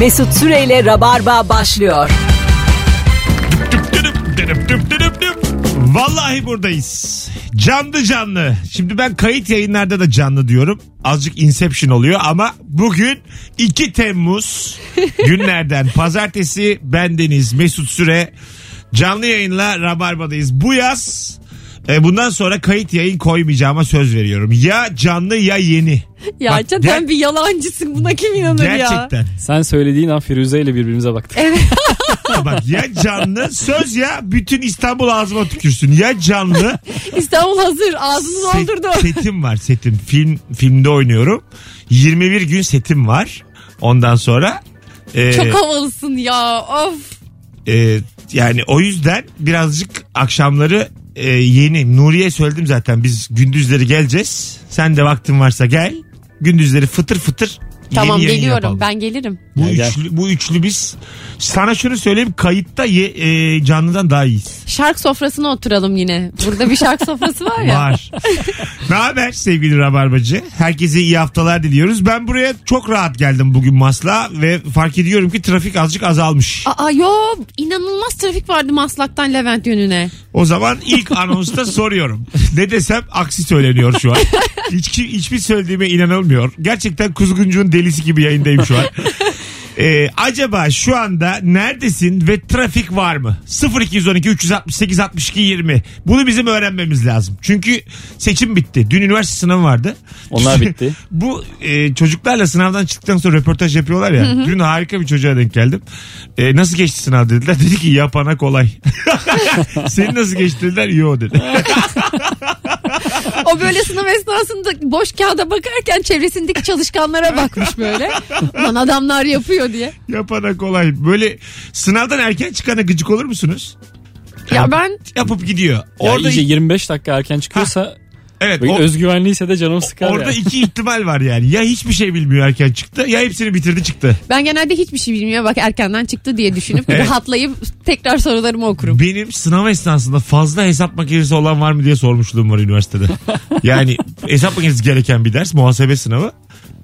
Mesut Süreyle Rabarba başlıyor. Düp düdüp, düdüp düp düdüp düp. Vallahi buradayız. Canlı canlı. Şimdi ben kayıt yayınlarda da canlı diyorum. Azıcık inception oluyor ama bugün 2 Temmuz günlerden pazartesi bendeniz Mesut Süre canlı yayınla Rabarba'dayız. Bu yaz e, bundan sonra kayıt yayın koymayacağıma söz veriyorum. Ya canlı ya yeni. Ya Bak, zaten ger- bir yalancısın buna kim inanır ya? Gerçekten. Sen söylediğin an Firuze ile birbirimize baktık. Bak ya canlı söz ya bütün İstanbul ağzıma tükürsün. Ya canlı İstanbul hazır ağzını Set- doldurdu. Setim var setim. Film filmde oynuyorum. 21 gün setim var. Ondan sonra e, Çok havalısın ya of. e, yani o yüzden birazcık akşamları e, yeni Nuriye söyledim zaten biz gündüzleri geleceğiz. Sen de vaktin varsa gel. Gündüzleri fıtır fıtır Tamam yeni yayın geliyorum yapalım. ben gelirim. Bu Gel, gel. üçlü, bu üçlü biz sana şunu söyleyeyim kayıtta ye, e, canlıdan daha iyiyiz. Şark sofrasına oturalım yine. Burada bir şark sofrası var ya. Var. ne haber sevgili Rabarbacı? Herkese iyi haftalar diliyoruz. Ben buraya çok rahat geldim bugün masla ve fark ediyorum ki trafik azıcık azalmış. Aa yo inanılmaz trafik vardı Maslak'tan Levent yönüne. O zaman ilk anonsta soruyorum. Ne desem aksi söyleniyor şu an. Hiç, kim- hiçbir söylediğime inanılmıyor. Gerçekten kuzguncuğun delisi gibi yayındayım şu an. Ee, acaba şu anda neredesin ve trafik var mı? 0212 368 62 20. Bunu bizim öğrenmemiz lazım. Çünkü seçim bitti. Dün üniversite sınavı vardı. Onlar bitti. Bu e, çocuklarla sınavdan çıktıktan sonra röportaj yapıyorlar ya. Dün harika bir çocuğa denk geldim. E, nasıl geçti sınav dediler. Dedi ki yapana kolay. Seni nasıl geçtirdiler? Yo dedi. O böyle sınav esnasında boş kağıda bakarken çevresindeki çalışkanlara bakmış böyle. Lan adamlar yapıyor diye. yapana kolay. Böyle sınavdan erken çıkana gıcık olur musunuz? Ya ben Yapıp gidiyor. Ya Orada iyice 25 dakika erken çıkıyorsa evet böyle o- özgüvenliyse de canım sıkar orada ya. iki ihtimal var yani. Ya hiçbir şey bilmiyor erken çıktı ya hepsini bitirdi çıktı. ben genelde hiçbir şey bilmiyor bak erkenden çıktı diye düşünüp Evet. rahatlayıp tekrar sorularımı okurum. Benim sınav esnasında fazla hesap makinesi olan var mı diye sormuşluğum var üniversitede. Yani hesap makinesi gereken bir ders muhasebe sınavı.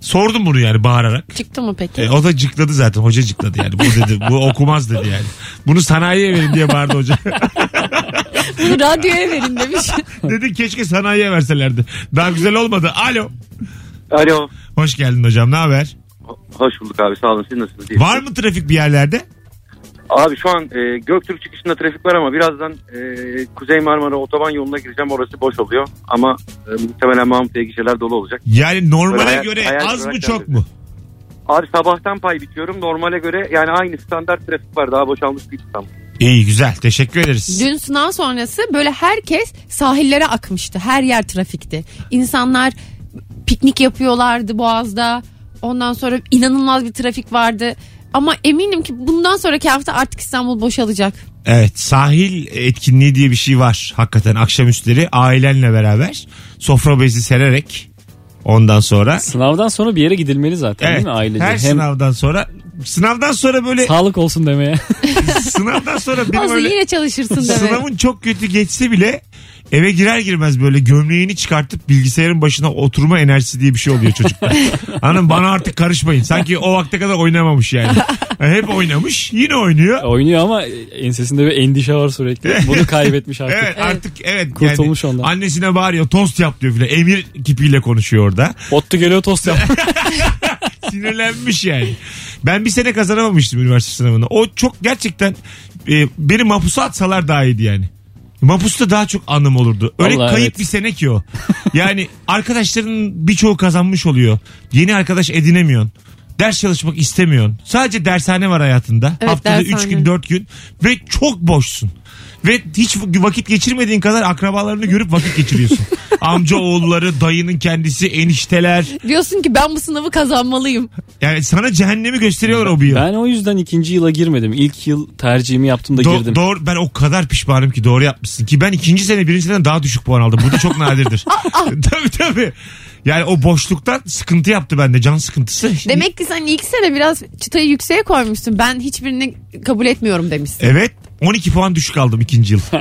Sordum bunu yani bağırarak. Çıktı mı peki? E, o da cıkladı zaten. Hoca cıkladı yani. Bu dedi. Bu okumaz dedi yani. Bunu sanayiye verin diye bağırdı hoca. Bunu radyoya verin demiş. dedi keşke sanayiye verselerdi. Daha güzel olmadı. Alo. Alo. Hoş geldin hocam. Ne haber? Hoş bulduk abi sağ olun siz nasılsınız? İyi Var misiniz? mı trafik bir yerlerde? Abi şu an e, Göktürk çıkışında trafik var ama birazdan e, Kuzey Marmara otoban yoluna gireceğim orası boş oluyor. Ama e, muhtemelen Mahmut'a gişeler dolu olacak. Yani normale Hayal- göre hayal az mı kırıklığı çok dedi. mu? Abi sabahtan pay bitiyorum normale göre yani aynı standart trafik var daha boşalmış bir İstanbul. İyi güzel. Teşekkür ederiz. Dün sınav sonrası böyle herkes sahillere akmıştı. Her yer trafikti. İnsanlar piknik yapıyorlardı Boğaz'da. Ondan sonra inanılmaz bir trafik vardı. Ama eminim ki bundan sonraki hafta artık İstanbul boşalacak. Evet sahil etkinliği diye bir şey var hakikaten akşamüstleri ailenle beraber sofra bezi sererek ondan sonra Sınavdan sonra bir yere gidilmeli zaten evet, değil mi ailece? her Hem sınavdan sonra sınavdan sonra böyle sağlık olsun demeye. sınavdan sonra bir Aslında böyle yine çalışırsın demek. sınavın çok kötü geçse bile eve girer girmez böyle gömleğini çıkartıp bilgisayarın başına oturma enerjisi diye bir şey oluyor çocuklar. Hanım bana artık karışmayın. Sanki o vakte kadar oynamamış yani. Hep oynamış yine oynuyor. Oynuyor ama ensesinde bir endişe var sürekli. Bunu kaybetmiş artık. Evet artık evet. Kurtulmuş yani ondan. Annesine bağırıyor tost yap diyor filan. Emir kipiyle konuşuyor orada. Ottu geliyor tost yap. Sinirlenmiş yani. Ben bir sene kazanamamıştım üniversite sınavını. O çok gerçekten e, beni mapusa atsalar daha iyiydi yani. Mapusta daha çok anım olurdu. Öyle Vallahi kayıp evet. bir sene ki o. Yani arkadaşların birçoğu kazanmış oluyor. Yeni arkadaş edinemiyorsun. Ders çalışmak istemiyorsun. Sadece dershane var hayatında. Evet, Haftada 3 dershane. gün 4 gün. Ve çok boşsun. Ve hiç vakit geçirmediğin kadar akrabalarını görüp vakit geçiriyorsun. Amca oğulları, dayının kendisi, enişteler. Diyorsun ki ben bu sınavı kazanmalıyım. Yani sana cehennemi gösteriyorlar o bir yıl. ben o yüzden ikinci yıla girmedim. İlk yıl tercihimi yaptım da Do- girdim. doğru, ben o kadar pişmanım ki doğru yapmışsın ki ben ikinci sene birinci seneden daha düşük puan aldım. Bu da çok nadirdir. tabii tabii. Yani o boşluktan sıkıntı yaptı bende can sıkıntısı. Demek ki sen ilk sene biraz çıtayı yükseğe koymuşsun. Ben hiçbirini kabul etmiyorum demişsin. Evet 12 puan düşük aldım ikinci yıl.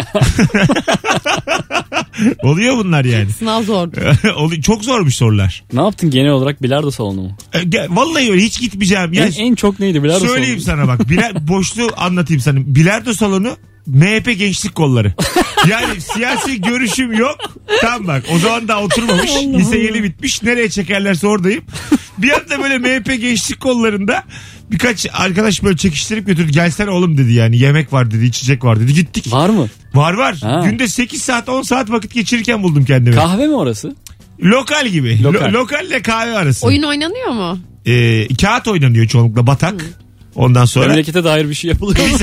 Oluyor bunlar yani. Sınav zor. Olu- Çok zormuş sorular. Ne yaptın genel olarak bilardo salonu mu? E, ge- Vallahi öyle hiç gitmeyeceğim. Ya en, en çok neydi bilardo salonu? söyleyeyim sana bak. Bila, boşluğu anlatayım sana. Bilardo salonu MHP gençlik kolları. Yani siyasi görüşüm yok. Tam bak o zaman daha oturmamış. Lise yeni bitmiş. Nereye çekerlerse oradayım. Bir anda böyle MHP gençlik kollarında birkaç arkadaş böyle çekiştirip götürdü. Gelsene oğlum dedi yani. Yemek var dedi, içecek var dedi. Gittik. Var mı? Var var. Ha. Günde 8 saat 10 saat vakit geçirirken buldum kendimi. Kahve mi orası? lokal gibi. Lo- Lokal. Lokalle kahve arası. Oyun oynanıyor mu? Ee, kağıt oynanıyor çoğunlukla batak. Ondan sonra Memlekete dair bir şey yapılıyor. mu?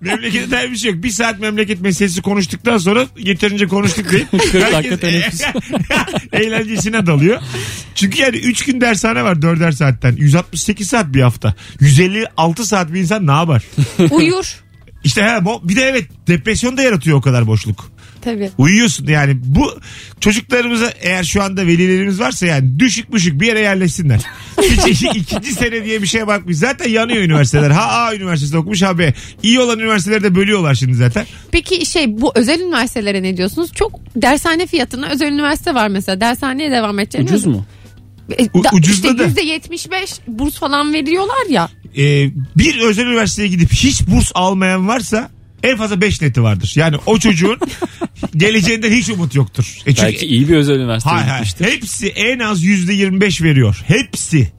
memlekete dair bir şey yok. Bir saat memleket meselesi konuştuktan sonra yeterince konuştuk deyip dakika herkes teneffüs. eğlencesine dalıyor. Çünkü yani 3 gün dershane var 4'er saatten. 168 saat bir hafta. 156 saat bir insan ne yapar? Uyur. İşte he, bu- bir de evet depresyon da yaratıyor o kadar boşluk. Tabii. Uyuyorsun yani bu çocuklarımıza eğer şu anda velilerimiz varsa yani düşük düşük bir yere yerleşsinler. Hiç iki- ikinci sene diye bir şeye bakmış. Zaten yanıyor üniversiteler. Ha A üniversitesi okumuş ha B. İyi olan üniversiteleri de bölüyorlar şimdi zaten. Peki şey bu özel üniversitelere ne diyorsunuz? Çok dershane fiyatına özel üniversite var mesela. Dershaneye devam edeceğini. Ucuz mu? U- ucuzladı. ucuzladı. Işte %75 burs falan veriyorlar ya. Ee, bir özel üniversiteye gidip hiç burs almayan varsa en fazla 5 neti vardır. Yani o çocuğun geleceğinden hiç umut yoktur. E çünkü- Belki iyi bir özel üniversiteye Hay hay. gitmiştir. Hepsi en az %25 veriyor. Hepsi.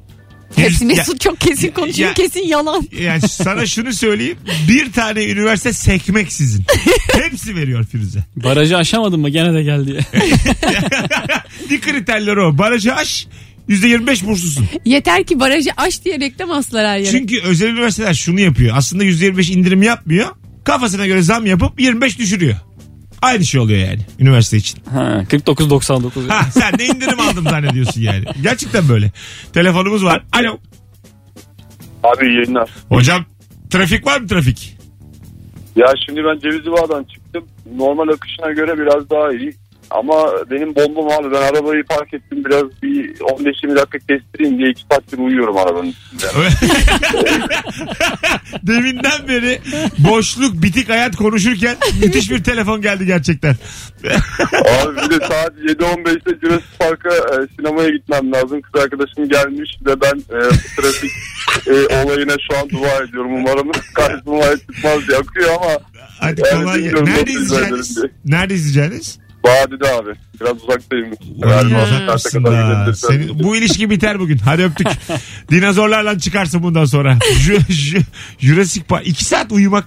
Hepsi Yüz- Mesut çok kesin konuşuyor. ya- kesin yalan. Yani sana şunu söyleyeyim. Bir tane üniversite sekmeksizin. Hepsi veriyor Firuze. Barajı aşamadın mı gene de gel diye. Bir kriterleri o. Barajı aş. %25 burslusun. Yeter ki barajı aş diye reklam aslar her yere. Çünkü özel üniversiteler şunu yapıyor. Aslında %25 indirim yapmıyor. Kafasına göre zam yapıp 25 düşürüyor. Aynı şey oluyor yani üniversite için. Ha, 49.99. Ha sen de indirim aldım zannediyorsun yani. Gerçekten böyle. Telefonumuz var. Alo. Abi iyi yayınlar. Hocam trafik var mı trafik? Ya şimdi ben Cevizli Bağ'dan çıktım. Normal akışına göre biraz daha iyi. Ama benim bombam abi ben arabayı park ettim biraz bir 15-20 dakika kestireyim diye 2 saattir uyuyorum arabanın içinde. Deminden beri boşluk bitik hayat konuşurken müthiş bir telefon geldi gerçekten. abi bir de saat 7.15'te Jurassic Park'a e, sinemaya gitmem lazım. Kız arkadaşım gelmiş ve ben e, bu trafik e, olayına şu an dua ediyorum. Umarım karşıma çıkmaz diye akıyor ama Hadi Evet, kolay gelsin. bilmiyorum. Nerede Çok izleyeceğiniz? güzel Nerede izleyeceğiniz? Badide abi biraz uzaktayım. Vay Galiba uzak saate mısın kadar da? gidebilirsem. Senin- bu ilişki biter bugün. Hadi öptük. Dinozorlarla çıkarsın bundan sonra. Ju- ju- Jurassic Park. 2 saat uyumak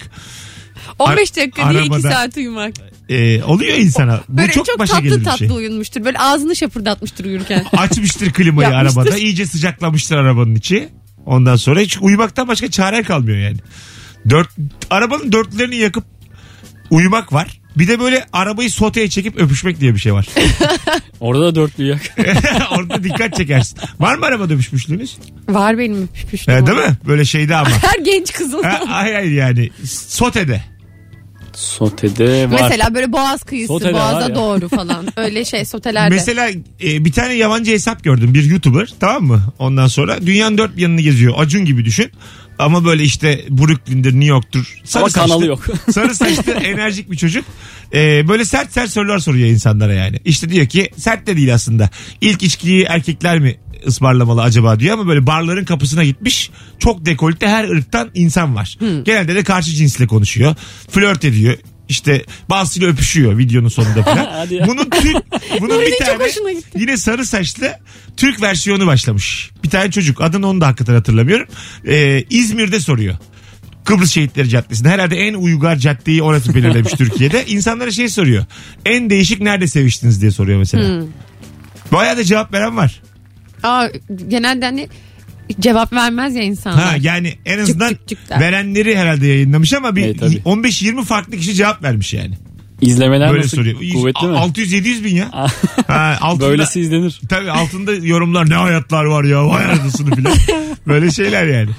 15 dakika değil 2 arabada- saat uyumak. e, oluyor insana. Bu Böyle çok, çok, başa gelir tatlı bir tatlı şey. uyunmuştur. Böyle ağzını şapırdatmıştır uyurken. Açmıştır klimayı Yapmıştır. arabada. iyice sıcaklamıştır arabanın içi. Ondan sonra hiç uyumaktan başka çare kalmıyor yani. Dört, arabanın dörtlerini yakıp uyumak var. Bir de böyle arabayı soteye çekip öpüşmek diye bir şey var. Orada da dörtlü yak. Orada dikkat çekersin. Var mı arabada öpüşmüşlüğünüz? Var benim öpüşmüştüm. Ee, değil mi? E, Böyle şeyde ama. Her genç kızın. Ha, hayır hayır yani. Sotede. Sotede var. Mesela böyle boğaz kıyısı, Soteler var boğaza ya. doğru falan. Öyle şey sotelerde. Mesela e, bir tane yabancı hesap gördüm. Bir YouTuber tamam mı? Ondan sonra dünyanın dört bir yanını geziyor. Acun gibi düşün. Ama böyle işte Brooklyn'dir, New York'tur. Sarı Ama kanalı yok. Sarı saçlı enerjik bir çocuk. E, böyle sert sert sorular soruyor insanlara yani. İşte diyor ki sert de değil aslında. İlk içkiyi erkekler mi ısmarlamalı acaba diyor ama böyle barların kapısına gitmiş. Çok dekolte her ırktan insan var. Genelde de karşı cinsle konuşuyor. Flört ediyor. İşte bazısıyla öpüşüyor videonun sonunda falan. Hadi ya. bunun Türk, bunun Nuri'nin bir çok tane hoşuna gitti. yine sarı saçlı Türk versiyonu başlamış. Bir tane çocuk adını onu da hakikaten hatırlamıyorum. Ee, İzmir'de soruyor. Kıbrıs Şehitleri Caddesi'nde herhalde en uygar caddeyi orası belirlemiş Türkiye'de. İnsanlara şey soruyor. En değişik nerede seviştiniz diye soruyor mesela. Hmm. Bayağı da cevap veren var. Aa, genelde hani cevap vermez ya insanlar. Ha yani en azından cık cık der. verenleri herhalde yayınlamış ama bir Evet, tabii. 15-20 farklı kişi cevap vermiş yani. İzlemeler Böyle nasıl soruyor. kuvvetli mi? Ah. 600-700 bin ya. ha, altında- Böylesi izlenir. Tabii altında yorumlar ne hayatlar var ya vay anasını filan. Böyle şeyler yani.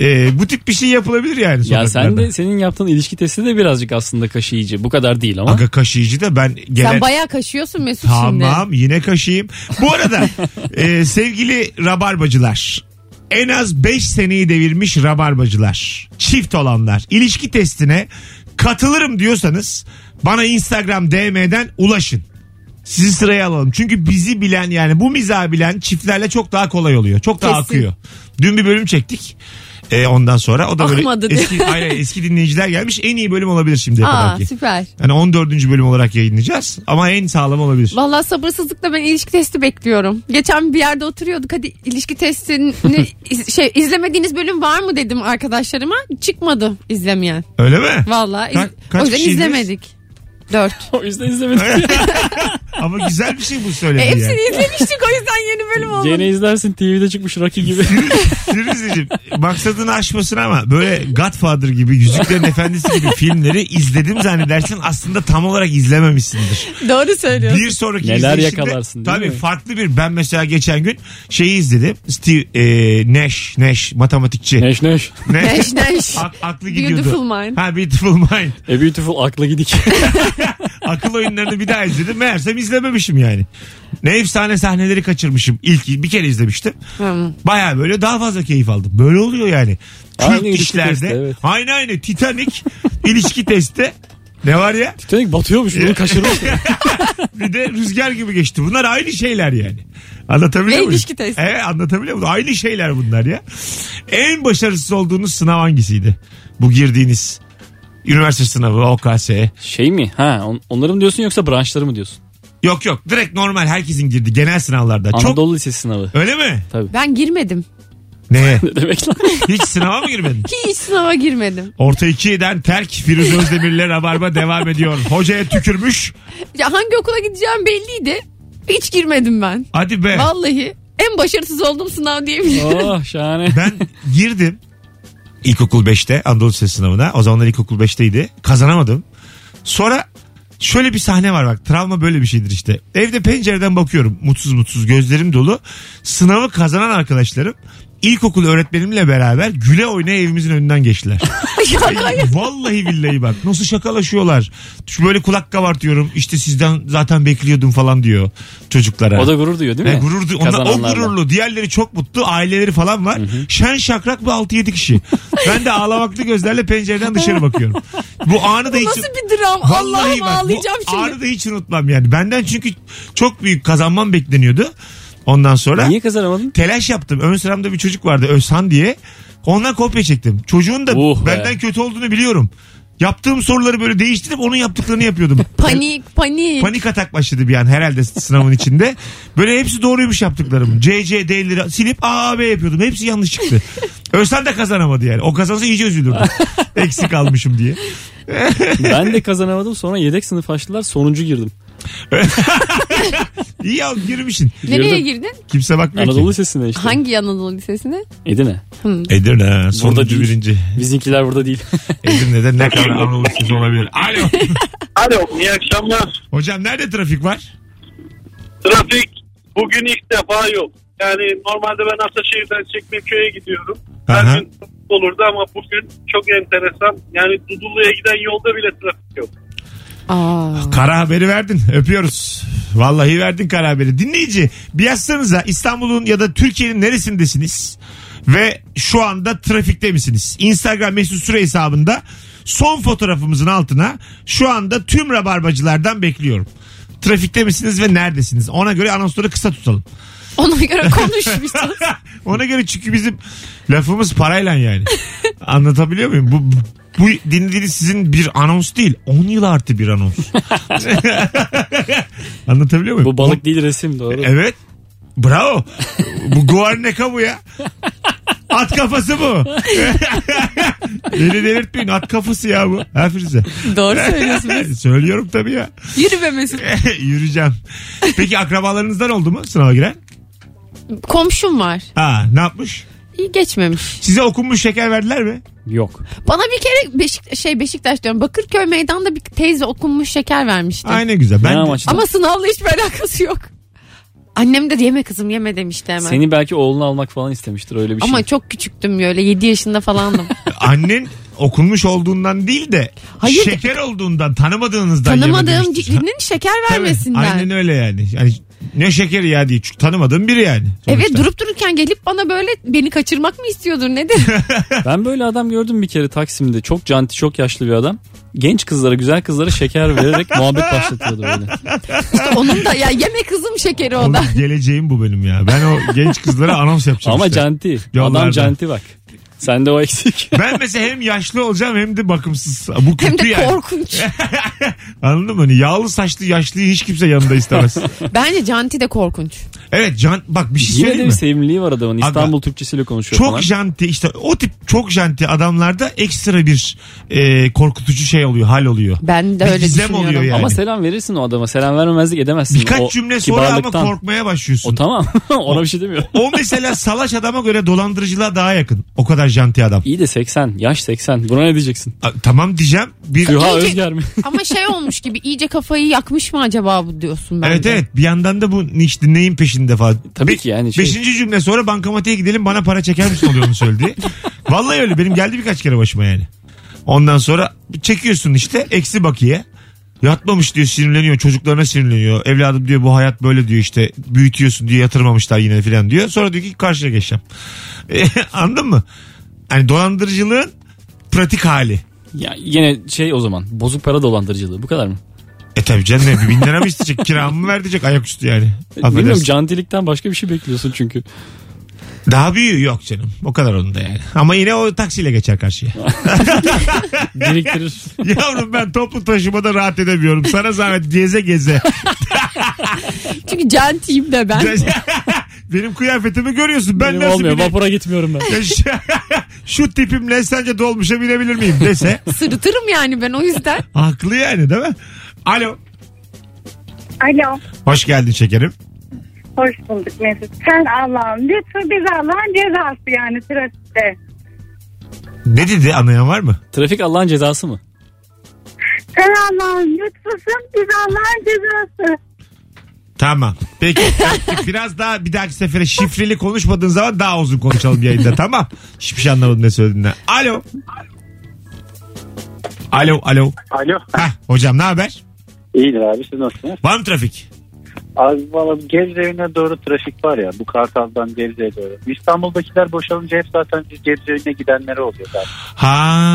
Ee, bu tip bir şey yapılabilir yani. Ya sen sokaklarda. de senin yaptığın ilişki testi de birazcık aslında kaşıyıcı. Bu kadar değil ama. Aga kaşıyıcı da ben Sen gelen... bayağı kaşıyorsun Mesut şimdi. Tamam yine kaşıyım. Bu arada e, sevgili rabarbacılar en az 5 seneyi devirmiş rabarbacılar çift olanlar ilişki testine katılırım diyorsanız bana Instagram DM'den ulaşın. Sizi sıraya alalım. Çünkü bizi bilen yani bu mizahı bilen çiftlerle çok daha kolay oluyor. Çok daha Kesin. akıyor. Dün bir bölüm çektik. Ee, ondan sonra o da böyle Akmadı diyor. eski, aynen, eski dinleyiciler gelmiş. En iyi bölüm olabilir şimdiye Aa kadar ki. süper. Yani 14. bölüm olarak yayınlayacağız ama en sağlam olabilir. Vallahi sabırsızlıkla ben ilişki testi bekliyorum. Geçen bir yerde oturuyorduk hadi ilişki testini iz- şey izlemediğiniz bölüm var mı dedim arkadaşlarıma. Çıkmadı izlemeyen. Öyle mi? Vallahi iz- Ka- kaç o yüzden kişiydiniz? izlemedik. Dört. o yüzden izlemedim. ama güzel bir şey bu E, söylediği yani. hepsini izlemiştik o yüzden yeni bölüm olmadı. Gene izlersin TV'de çıkmış Rocky gibi. Firuze'cim maksadını aşmasın ama böyle Godfather gibi Yüzüklerin Efendisi gibi filmleri izledim zannedersin aslında tam olarak izlememişsindir. Doğru söylüyorsun. Bir sonraki Neler izleyişinde- yakalarsın, değil Tabii mi? farklı bir ben mesela geçen gün şeyi izledim Steve e, Nash Nash matematikçi. neş neş. Nash. Neş neş. A- aklı gidiyordu. Beautiful Mind. Ha Beautiful Mind. A Beautiful akla gidik. Akıl oyunlarını bir daha izledim. Meğersem izlememişim yani. Ne efsane sahneleri kaçırmışım. İlk bir kere izlemiştim. Hı. Baya böyle daha fazla keyif aldım. Böyle oluyor yani. Türk Aynı ilişki işlerde. testi, evet. Aynı aynı. Titanic ilişki testi. Ne var ya? Titanic batıyormuş bunu kaçırmış. Bir de rüzgar gibi geçti. Bunlar aynı şeyler yani. Anlatabiliyor Ve muyum? ilişki testi. Evet anlatabiliyor muyum? Aynı şeyler bunlar ya. En başarısız olduğunuz sınav hangisiydi? Bu girdiğiniz üniversite sınavı, OKS. şey mi? Ha on, onları mı diyorsun yoksa branşları mı diyorsun? Yok yok direkt normal herkesin girdi genel sınavlarda. Çok Anadolu Lisesi sınavı. Öyle mi? Ben girmedim. Neye? Ne demek lan? Hiç sınava mı girmedin? Hiç sınava girmedim. Orta 2'den terk Firuze Özdemir'le Rabarba devam ediyor. Hocaya tükürmüş. Ya hangi okula gideceğim belliydi. Hiç girmedim ben. Hadi be. Vallahi en başarısız olduğum sınav diyebilirim. oh şahane. Ben girdim ilkokul 5'te Anadolu Lisesi sınavına. O zamanlar ilkokul 5'teydi. Kazanamadım. Sonra şöyle bir sahne var bak. Travma böyle bir şeydir işte. Evde pencereden bakıyorum. Mutsuz mutsuz gözlerim dolu. Sınavı kazanan arkadaşlarım ilkokul öğretmenimle beraber güle oynaya evimizin önünden geçtiler. Vallahi billahi bak nasıl şakalaşıyorlar. Şu Böyle kulak kabartıyorum işte sizden zaten bekliyordum falan diyor çocuklara. O da gurur duyuyor değil mi? Ve gurur, du- onlar, o Kazananlarla. gururlu. Diğerleri çok mutlu. Aileleri falan var. Şen şakrak bu 6-7 kişi. ben de ağlamaklı gözlerle pencereden dışarı bakıyorum. Bu anı da hiç... Nasıl bir dram? Vallahi bak, Allah'ım bu ağlayacağım şimdi. Anı da hiç unutmam yani. Benden çünkü çok büyük kazanmam bekleniyordu. Ondan sonra Niye kazanamadın? telaş yaptım. Ön sıramda bir çocuk vardı Özhan diye. Ondan kopya çektim. Çocuğun da Uh be. benden kötü olduğunu biliyorum. Yaptığım soruları böyle değiştirip onun yaptıklarını yapıyordum. Panik, panik. Panik atak başladı bir an herhalde sınavın içinde. Böyle hepsi doğruymuş yaptıklarım. CC D'leri silip A, B yapıyordum. Hepsi yanlış çıktı. Özhan da kazanamadı yani. O kazansa iyice üzülürdü. Eksik almışım diye. Ben de kazanamadım sonra yedek sınıf açtılar sonuncu girdim. İyi al girmişsin. Nereye Girdim. girdin? Kimse bakmıyor Anadolu Anadolu... ki. Lisesi'ne işte. Hangi Anadolu Lisesi'ne? Edirne. Edirne. Sonuncu değil. birinci. Bizimkiler burada değil. Edirne'de ne kadar Anadolu Lisesi olabilir. Alo. Alo iyi akşamlar. Hocam nerede trafik var? Trafik bugün ilk defa yok. Yani normalde ben Ataşehir'den Çekmeköy'e gidiyorum. Aha. Her gün trafik olurdu ama bugün çok enteresan. Yani Dudullu'ya giden yolda bile trafik yok. Aa. Kara haberi verdin. Öpüyoruz. Vallahi verdin kara haberi. Dinleyici bir yazsanıza İstanbul'un ya da Türkiye'nin neresindesiniz? Ve şu anda trafikte misiniz? Instagram mesut süre hesabında son fotoğrafımızın altına şu anda tüm rabarbacılardan bekliyorum. Trafikte misiniz ve neredesiniz? Ona göre anonsları kısa tutalım. Ona göre konuşmuşsun. Ona göre çünkü bizim lafımız parayla yani. Anlatabiliyor muyum? Bu, bu dinlediğiniz sizin bir anons değil. 10 yıl artı bir anons. Anlatabiliyor muyum? Bu balık değil resim doğru. Evet. Bravo. bu guarneka bu ya. At kafası bu. Beni delirtmeyin. At kafası ya bu. Ha Firuze. Doğru söylüyorsun. Söylüyorum tabii ya. Yürü be Mesut. Yürüyeceğim. Peki akrabalarınızdan oldu mu sınava giren? Komşum var. Ha ne yapmış? İyi geçmemiş. Size okunmuş şeker verdiler mi? Yok. Bana bir kere Beşik, şey Beşiktaş diyorum. Bakırköy meydanda bir teyze okunmuş şeker vermişti. Aynen güzel. ne Ben de- amaçlı? Ama sınavla hiçbir alakası yok. Annem de yeme kızım yeme demişti hemen. Seni belki oğlunu almak falan istemiştir öyle bir Ama şey. çok küçüktüm böyle 7 yaşında falandım. annen okunmuş olduğundan değil de Hayır. şeker olduğundan tanımadığınızdan Tanımadığım yememiştir. birinin şeker Tabii, vermesinden. Aynen öyle yani. Yani Ne şekeri ya diye. Çünkü tanımadığım biri yani. Evet sonuçta. durup dururken gelip bana böyle beni kaçırmak mı istiyordur nedir? Ben böyle adam gördüm bir kere Taksim'de. Çok canti, çok yaşlı bir adam. Genç kızlara, güzel kızlara şeker vererek muhabbet başlatıyordu böyle. İşte onun da ya yeme kızım şekeri o da. Oğlum, geleceğim bu benim ya. Ben o genç kızlara anons yapacağım Ama işte. canti. Yollarda. Adam canti bak. Sende o eksik. Ben mesela hem yaşlı olacağım hem de bakımsız. Bu kötü Hem de yani. korkunç. Anladın mı? Hani yağlı saçlı yaşlıyı hiç kimse yanında istemez. Bence Canti de korkunç. evet can bak bir şey Yine de söyleyeyim bir mi? sevimliliği var adamın. Aga, İstanbul Türkçesiyle konuşuyor Çok falan. janti işte o tip çok janti adamlarda ekstra bir e, korkutucu şey oluyor hal oluyor. Ben de Bir öyle gizem düşünüyorum. oluyor yani. Ama selam verirsin o adama. Selam vermemezlik edemezsin. Birkaç O cümle sonra ama kibarlıktan. korkmaya başlıyorsun. O tamam. Ona bir şey demiyorum. O mesela salaş adama göre dolandırıcılığa daha yakın. O kadar janti adam. İyi de 80. Yaş 80. Buna ne diyeceksin? A- tamam diyeceğim. Bir Yuha iyice- Özger mi? Ama şey olmuş gibi iyice kafayı yakmış mı acaba bu diyorsun bence. Evet evet bir yandan da bu işte neyin peşinde falan. Tabii Be- ki yani şey- Beşinci cümle sonra bankamatiğe gidelim bana para çeker misin oluyor onu söyledi. Vallahi öyle benim geldi birkaç kere başıma yani. Ondan sonra çekiyorsun işte eksi bakiye. Yatmamış diyor sinirleniyor çocuklarına sinirleniyor. Evladım diyor bu hayat böyle diyor işte büyütüyorsun diyor yatırmamışlar yine filan diyor. Sonra diyor ki karşıya geçeceğim. E, anladın mı? Hani dolandırıcılığın pratik hali. Ya yine şey o zaman. Bozuk para dolandırıcılığı. Bu kadar mı? E tabi canım bir bin lira mı isteyecek kiramı mı ver diyecek ayaküstü yani. Bilmiyorum Affedersin. cantilikten başka bir şey bekliyorsun çünkü. Daha büyüğü yok canım. O kadar onun da yani. Ama yine o taksiyle geçer karşıya. Biriktirir. Yavrum ben toplu taşımada rahat edemiyorum. Sana zahmet geze geze. Çünkü Canti'yim de ben. Benim kıyafetimi görüyorsun. Ben Benim nasıl olmuyor. bineyim? Vapura gitmiyorum ben. Şu tipimle sence dolmuşa binebilir miyim dese. Sırıtırım yani ben o yüzden. Haklı yani değil mi? Alo. Alo. Hoş geldin şekerim. Hoş bulduk Mesut. Sen Allah'ın lütfu biz Allah'ın cezası yani trafikte. Ne dedi anlayan var mı? Trafik Allah'ın cezası mı? Sen Allah'ın lütfusun biz Allah'ın cezası. Tamam. Peki. Öptük. Biraz daha bir dahaki sefere şifreli konuşmadığın zaman daha uzun konuşalım yayında tamam. Hiçbir şey anlamadım ne söylediğinden. Alo. Alo alo. Alo. Heh, hocam ne haber? İyidir abi siz nasılsınız? Var mı trafik? Abi valla Gebze'ye doğru trafik var ya bu Kartal'dan Gebze'ye doğru. İstanbul'dakiler boşalınca hep zaten biz Gebze'ye gidenlere oluyor zaten.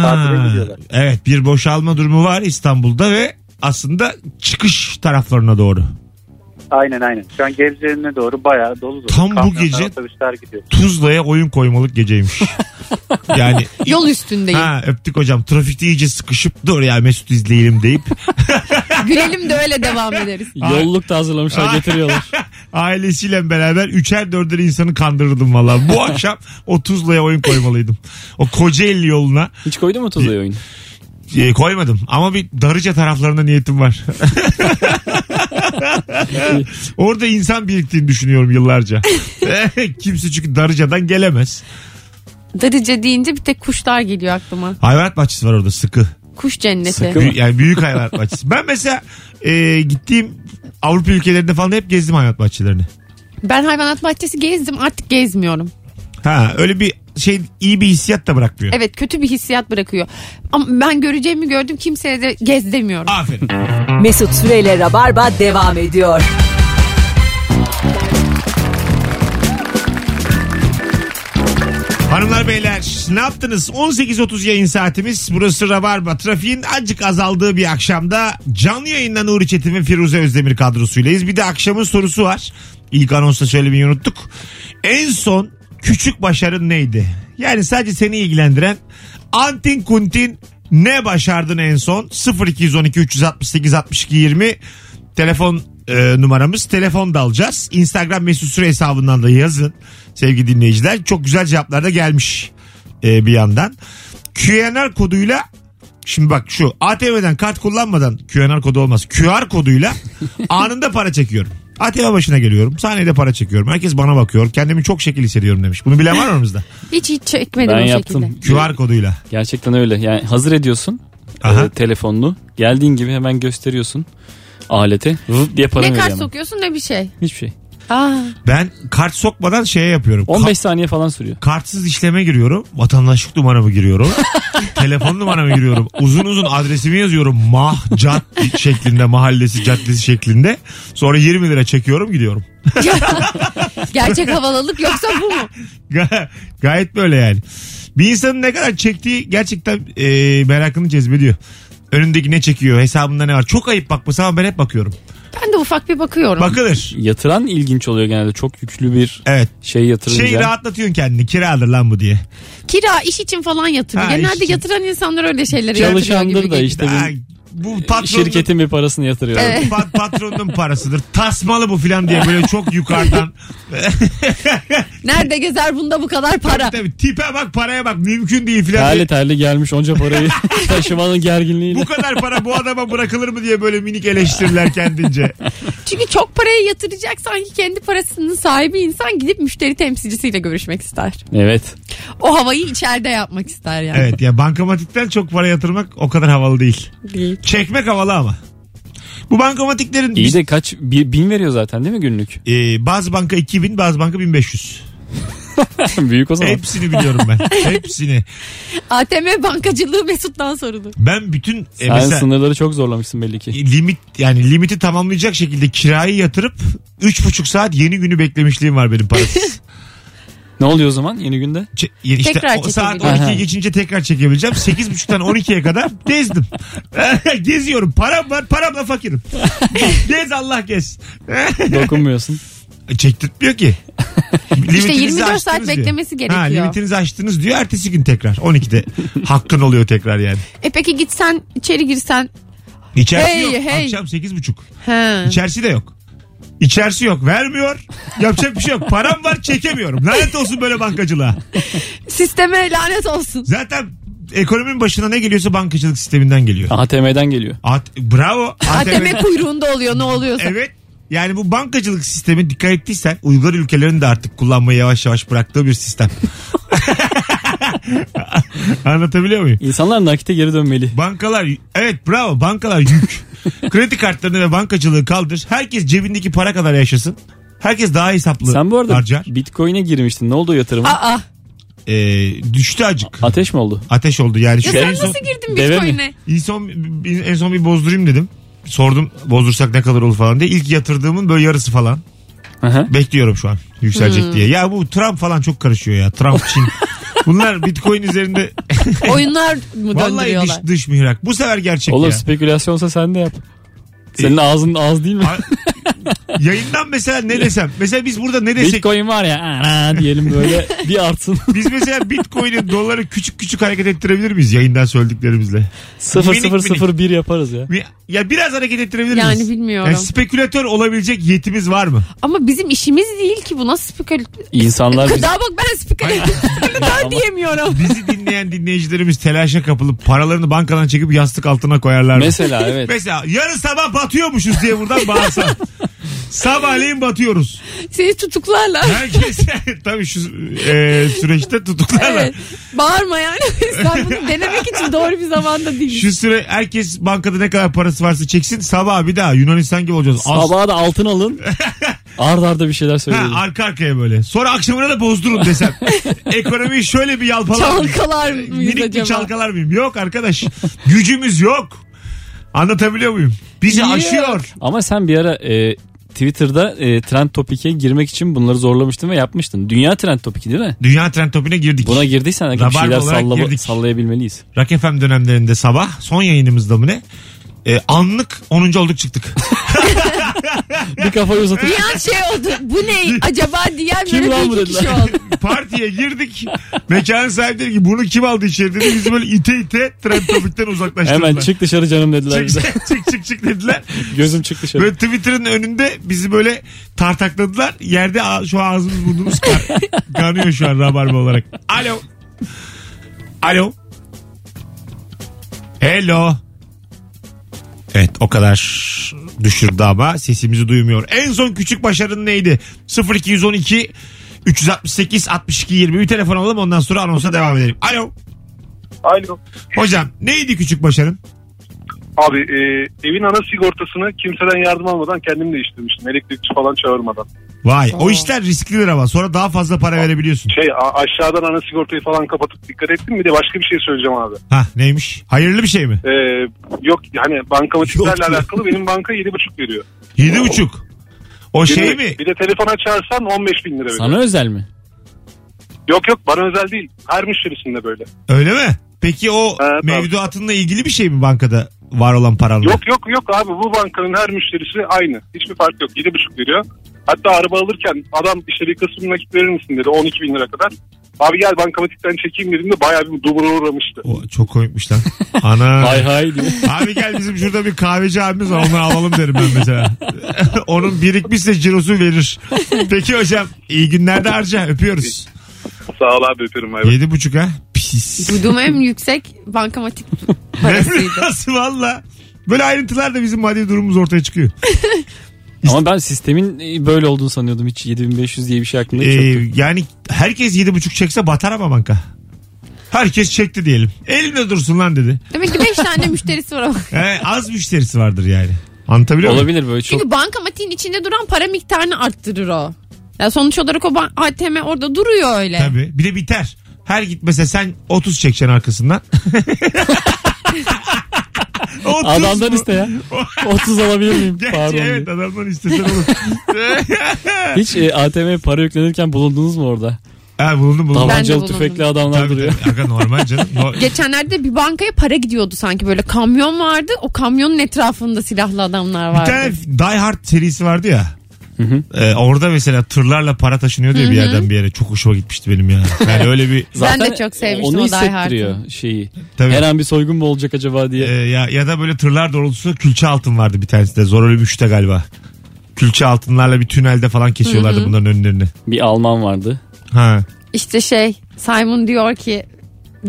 Tatile Ha. gidiyorlar. Evet bir boşalma durumu var İstanbul'da ve aslında çıkış taraflarına doğru. Aynen aynen. Şu an Gebze'ye doğru bayağı dolu dolu. Tam bu Kamyonlar, gece- Otobüsler gidiyor. Tuzla'ya oyun koymalık geceymiş. yani Yol üstündeyim. ha, öptük hocam trafikte iyice sıkışıp dur ya Mesut izleyelim deyip Gülelim de öyle devam ederiz. Yolluk da hazırlamışlar getiriyorlar. ailesiyle beraber üçer dörder insanı kandırırdım valla. Bu akşam o Tuzla'ya oyun koymalıydım. O Kocaeli yoluna Hiç koydun mu Tuzla'ya oyunu? e, koymadım ama bir Darıca taraflarında niyetim var. Orada insan biriktiğini düşünüyorum yıllarca. Kimse çünkü Darıca'dan gelemez. Darıca deyince bir tek kuşlar geliyor aklıma. Hayvanat bahçesi var orada sıkı. Kuş cenneti. Sakın. Büyü- yani büyük hayvanat bahçesi. Ben mesela e, gittiğim Avrupa ülkelerinde falan hep gezdim hayvanat bahçelerini. Ben hayvanat bahçesi gezdim artık gezmiyorum. Ha öyle bir şey iyi bir hissiyat da bırakmıyor. Evet kötü bir hissiyat bırakıyor. Ama ben göreceğimi gördüm kimseye de gez demiyorum. Aferin. Mesut Süreyle Rabarba devam ediyor. Hanımlar beyler ne yaptınız? 18.30 yayın saatimiz. Burası Rabarba. Trafiğin acık azaldığı bir akşamda canlı yayından Nuri Çetin ve Firuze Özdemir kadrosuylayız. Bir de akşamın sorusu var. İlk anonsta söylemeyi unuttuk. En son küçük başarın neydi? Yani sadece seni ilgilendiren Antin Kuntin ne başardın en son? 0212 368 62 20 telefon e, numaramız. Telefon da alacağız. Instagram mesut süre hesabından da yazın sevgili dinleyiciler. Çok güzel cevaplar da gelmiş e, bir yandan. QNR koduyla Şimdi bak şu ATM'den kart kullanmadan QNR kodu olmaz. QR koduyla anında para çekiyorum. ATM başına geliyorum. Sahnede para çekiyorum. Herkes bana bakıyor. Kendimi çok şekil hissediyorum demiş. Bunu bilen var mı aramızda? Hiç hiç çekmedim Ben o yaptım. şekilde. QR koduyla. Gerçekten öyle. Yani hazır ediyorsun Aha. e, telefonunu. Geldiğin gibi hemen gösteriyorsun alete. Vıp diye para Ne veriyor kart hemen. sokuyorsun ne bir şey. Hiçbir şey. Aa, Ben kart sokmadan şeye yapıyorum. Ka- 15 saniye falan sürüyor. kartsız işleme giriyorum. Vatandaşlık numaramı giriyorum. Telefon numaramı giriyorum. Uzun uzun adresimi yazıyorum. Mah cad şeklinde mahallesi caddesi şeklinde. Sonra 20 lira çekiyorum gidiyorum. gerçek havalılık yoksa bu mu? Ga- Gayet böyle yani. Bir insanın ne kadar çektiği gerçekten e, merakını cezbediyor. Önündeki ne çekiyor hesabında ne var. Çok ayıp bakması ama ben hep bakıyorum. Ben de ufak bir bakıyorum. Bakılır. Yatıran ilginç oluyor genelde. Çok yüklü bir Evet. şey yatırınca. Şey rahatlatıyorsun kendini kiradır lan bu diye. Kira iş için falan yatırıyor. Ha, iş Genelde için. yatıran insanlar öyle şeylere yatırıyor gibi. Çalışandır da geliyor. işte Aa, bir bu patronun, şirketin bir parasını yatırıyor. pa- patronun parasıdır. Tasmalı bu filan diye böyle çok yukarıdan. Nerede gezer bunda bu kadar para? Tabii tipe bak paraya bak mümkün değil filan. Terli diye. terli gelmiş onca parayı taşımanın gerginliğiyle. Bu kadar para bu adama bırakılır mı diye böyle minik eleştirirler kendince. Çünkü çok parayı yatıracak sanki kendi parasının sahibi insan gidip müşteri temsilcisiyle görüşmek ister. Evet. O havayı içeride yapmak ister yani. Evet ya bankamatikten çok para yatırmak o kadar havalı değil. Değil. Çekmek havalı ama. Bu bankamatiklerin İyi de kaç bi- bin veriyor zaten değil mi günlük? Ee, bazı banka 2000 bazı banka 1500. Büyük o zaman. Hepsini biliyorum ben. Hepsini. ATM bankacılığı Mesut'tan sorulur. Ben bütün e, Sen mesela sınırları çok zorlamışsın belli ki. limit yani limiti tamamlayacak şekilde kirayı yatırıp 3,5 saat yeni günü beklemişliğim var benim parasız. Ne oluyor o zaman yeni günde? Ç- yani işte Tekrar o saat çekebilirim. 12'ye geçince tekrar çekebileceğim. 8.30'dan 12'ye kadar gezdim. Geziyorum. Param var. Paramla fakirim. gez Allah gez. E, Dokunmuyorsun. Çektirtmiyor ki. Limitinizi 24 saat aştınız diyor. beklemesi gerekiyor. Ha, limitinizi aştınız diyor. Ertesi gün tekrar. 12'de. Hakkın oluyor tekrar yani. E peki gitsen içeri girsen. İçerisi Hey, yok. hey. Akşam 8.30. He. İçerisi de yok. İçerisi yok. Vermiyor. Yapacak bir şey yok. Param var çekemiyorum. Lanet olsun böyle bankacılığa. Sisteme lanet olsun. Zaten ekonominin başına ne geliyorsa bankacılık sisteminden geliyor. ATM'den geliyor. At, bravo. ATM kuyruğunda oluyor ne oluyorsa. Evet. Yani bu bankacılık sistemi dikkat ettiysen Uygar ülkelerin de artık kullanmayı yavaş yavaş bıraktığı bir sistem. Anlatabiliyor muyum? İnsanlar nakite geri dönmeli. Bankalar evet bravo bankalar yük. Kredi kartlarını ve bankacılığı kaldır. Herkes cebindeki para kadar yaşasın. Herkes daha hesaplı Sen bu arada harcar. Bitcoin'e girmiştin. Ne oldu o yatırımın? Aa. Ee, düştü acık. Ateş mi oldu? Ateş oldu yani. Ya Şu sen en, son, nasıl girdin deve Bitcoin'e? en, son, en son bir bozdurayım dedim. Sordum bozdursak ne kadar olur falan diye. İlk yatırdığımın böyle yarısı falan. Hı hı. Bekliyorum şu an yükselecek Hmm. diye. Ya bu Trump falan çok karışıyor ya. Trump, Çin. Bunlar Bitcoin üzerinde Oyunlar mı vallahi dış, döndürüyorlar? dış mihrak. Bu sefer gerçek Oğlum ya. spekülasyonsa sen de yap. Senin ağzın ağız değil mi? A- Yayından mesela ne desem? Mesela biz burada ne desek? Bitcoin var ya ana diyelim böyle bir artsın. Biz mesela Bitcoin'i doları küçük küçük hareket ettirebilir miyiz yayından söylediklerimizle? Minik minik. 0001 yaparız ya. Bir- Ya biraz hareket ettirebilir miyiz? Yani bilmiyorum. Yani spekülatör olabilecek yetimiz var mı? Ama bizim işimiz değil ki bu nasıl spekül... İnsanlar biz- Gıda bak ben spekülatör diyemiyorum. Bizi dinleyen dinleyicilerimiz telaşa kapılıp paralarını bankadan çekip yastık altına koyarlar. mı? mesela evet. Mesela yarın sabah batıyormuşuz diye buradan bağırsam. Sabahleyin batıyoruz. Seni tutuklarla. Herkes tabii şu e, süreçte tutuklarla. Evet. Bağırma yani. Sen bunu denemek için doğru bir zamanda değil. Şu süre herkes bankada ne kadar parası varsa çeksin. Sabah bir daha Yunanistan gibi olacağız. Az- Sabaha da altın alın. Ard arda bir şeyler Ha, söyleyelim. arka arkaya böyle. Sonra akşamına da bozdurun desem. Ekonomiyi şöyle bir yalpalar mıyım? E, Çalkalar mıyız Minik bir acaba? çalkalar mıyım? Yok arkadaş. Gücümüz yok. Anlatabiliyor muyum? Bizi Yok. aşıyor. Ama sen bir ara e, Twitter'da e, trend topik'e girmek için bunları zorlamıştın ve yapmıştın. Dünya trend topiki değil mi? Dünya trend topine girdik. Buna girdiysen belki bir Rabarba şeyler olarak sallaba- girdik. sallayabilmeliyiz. Rock FM dönemlerinde sabah son yayınımızda mı ne? E, anlık 10. olduk çıktık. Bir kafayı uzatıp Bir an şey oldu. Bu ne acaba diyen Kim böyle lan bu bir iki kişi dediler? oldu. Partiye girdik. Mekan sahibi dedi ki bunu kim aldı içeri dedi. Bizi böyle ite ite trend topikten uzaklaştırdılar. hemen çık dışarı canım dediler bize. Çık, çık çık çık dediler. Gözüm çık dışarı. Böyle Twitter'ın önünde bizi böyle tartakladılar. Yerde a- şu ağzımız burnumuz kan- kanıyor şu an rabarba olarak. Alo. Alo. Hello. Evet o kadar düşürdü ama sesimizi duymuyor. En son küçük başarın neydi? 0212 368 62 20 bir telefon alalım ondan sonra anonsa devam edelim. Alo. Alo. Hocam neydi küçük başarın? Abi e, evin ana sigortasını kimseden yardım almadan kendim değiştirmiştim. Elektrikçi falan çağırmadan. Vay o işler risklidir ama sonra daha fazla para verebiliyorsun. Şey a- aşağıdan ana sigortayı falan kapatıp dikkat ettim. Bir de başka bir şey söyleyeceğim abi. Ha neymiş? Hayırlı bir şey mi? Ee, yok hani Yok bankamatiklerle ya. alakalı benim banka 7,5 veriyor. Yedi buçuk. O şey Günlük. mi? Bir de telefon açarsan 15 bin lira veriyor. Sana özel mi? Yok yok bana özel değil. Her müşterisinde böyle. Öyle mi? Peki o tabii. mevduatınla ilgili bir şey mi bankada var olan paranla? Yok yok yok abi bu bankanın her müşterisi aynı. Hiçbir fark yok. 7,5 veriyor. Hatta araba alırken adam işte bir kısmı nakit verir misin dedi 12 bin lira kadar. Abi gel bankamatikten çekeyim dediğimde bayağı bir dubura uğramıştı. O, çok koymuş lan. Ana. Hay hay diyor. Abi gel bizim şurada bir kahveci abimiz var onları alalım derim ben mesela. Onun birikmişse cirosu verir. Peki hocam iyi günlerde harca öpüyoruz. Sağ ol abi öpüyorum abi. Yedi buçuk ha? Pis. Duyduğum en yüksek bankamatik parasıydı. Nasıl valla? Böyle ayrıntılar da bizim maddi durumumuz ortaya çıkıyor. Ama ben sistemin e, böyle olduğunu sanıyordum. Hiç 7500 diye bir şey aklımda Ee, hiç yoktu. yani herkes yedi buçuk çekse batar ama banka. Herkes çekti diyelim. Elinde dursun lan dedi. Demek ki 5 tane müşterisi var ama. He, az müşterisi vardır yani. Anlatabiliyor muyum? Olabilir böyle çok. Çünkü bankamatiğin içinde duran para miktarını arttırır o. Ya sonuç olarak o ban- ATM orada duruyor öyle. Tabii. Bir de biter. Her git mesela sen 30 çekeceksin arkasından. 30 Adamdan bu. iste ya. 30 alabilir miyim? Gerçi Pardon. evet adamdan istesen olur. Hiç e, ATM'ye para yüklenirken bulundunuz mu orada? ha buldum buldum. Ben de Tabancalı bulundum. tüfekli adamlar Tabii, duruyor. tabii. Aga normal canım. No- Geçenlerde bir bankaya para gidiyordu sanki böyle kamyon vardı. O kamyonun etrafında silahlı adamlar bir vardı. tane Die Hard serisi vardı ya. Ee, orada mesela tırlarla para taşınıyor diye bir yerden bir yere. Çok hoşuma gitmişti benim ya. Yani öyle bir Ben de çok sevmiştim onu o Die hissettiriyor şeyi. tabii. Her an bir soygun mu olacak acaba diye. Ee, ya, ya da böyle tırlar dolusu külçe altın vardı bir tanesi de. Zor ölüm 3'te galiba. Külçe altınlarla bir tünelde falan kesiyorlardı bunların önlerini. Bir Alman vardı. Ha. İşte şey Simon diyor ki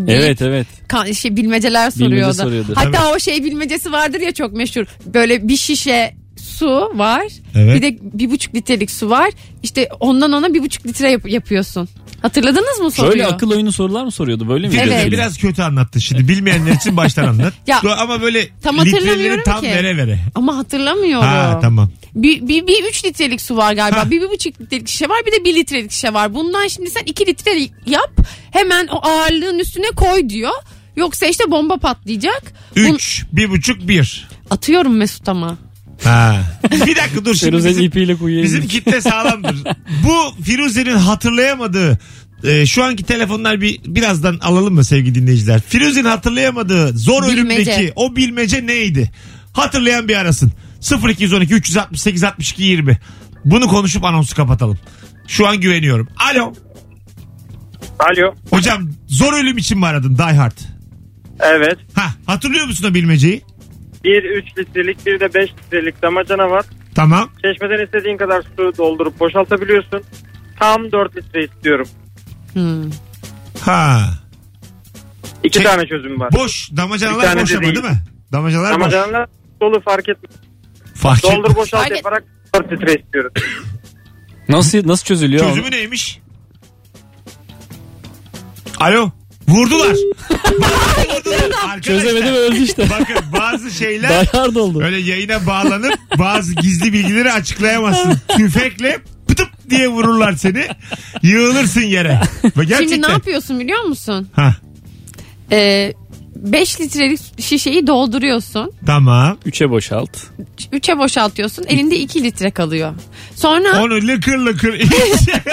Evet evet. Ka- şey bilmeceler soruyordu. Bilmece soruyordu. Hatta o şey bilmecesi vardır ya çok meşhur. Böyle bir şişe su var. Evet. Bir de bir buçuk litrelik su var. İşte ondan ona bir buçuk litre yap- yapıyorsun. Hatırladınız mı soruyu? Şöyle akıl oyunu sorular mı soruyordu böyle mi? Firuze Evet. E, biraz kötü anlattı şimdi. Bilmeyenler için baştan anlat. Ya, Ama böyle tam litreleri hatırlamıyorum tam ki. vere vere. Ama hatırlamıyorum. Ha tamam. bir, bir, bir üç litrelik su var Ha. galiba. bir, bir buçuk litrelik şişe var. Bir de bir litrelik şişe var. Bundan şimdi sen iki litre yap. Hemen o ağırlığın üstüne koy diyor. Yoksa işte bomba patlayacak. Bun- 3, 1,5, 1. atıyorum Mesut ama. Ha. Bir dakika dur şimdi. Firuze'nin Bizim, ipiyle kuyuya bizim indik. kitle sağlamdır. Bu Firuze'nin hatırlayamadığı e, şu anki telefonlar bir birazdan alalım mı sevgili dinleyiciler? Firuze'nin hatırlayamadığı zor Bilmece. ölümdeki o bilmece neydi? Hatırlayan bir arasın. 0212 368 62 20. Bunu konuşup anonsu kapatalım. Şu an güveniyorum. Alo. Alo. Hocam zor ölüm için mi aradın Die Hard? Evet. Ha hatırlıyor musun o bilmeceyi? Bir 3 litrelik bir de 5 litrelik damacana var. Tamam. Çeşmeden istediğin kadar su doldurup boşaltabiliyorsun. Tam 4 litre istiyorum. Hmm. Ha. İki Çek- tane çözüm var. Boş Bir damacanalar tane boş de ama değil. değil mi? Damacanalar boş. Damacana dolu fark etmez. Fark et. Doldur boşalt Fark et- yaparak 4 litre istiyorum. Nasıl nasıl çözülüyor? Çözümü neymiş? Alo. Vurdular. Vurdular. Arkadaşlar, Çözemedim öldü işte. Bakın bazı şeyler Dayar oldu. öyle yayına bağlanıp bazı gizli bilgileri açıklayamazsın. Tüfekle pıtıp diye vururlar seni. Yığılırsın yere. Ve gerçekten. Şimdi ne yapıyorsun biliyor musun? Ha, 5 litrelik şişeyi dolduruyorsun. tamam. Üçe boşalt. 3'e boşaltıyorsun. Elinde 2 litre kalıyor. Sonra Onu lıkır lıkır iç.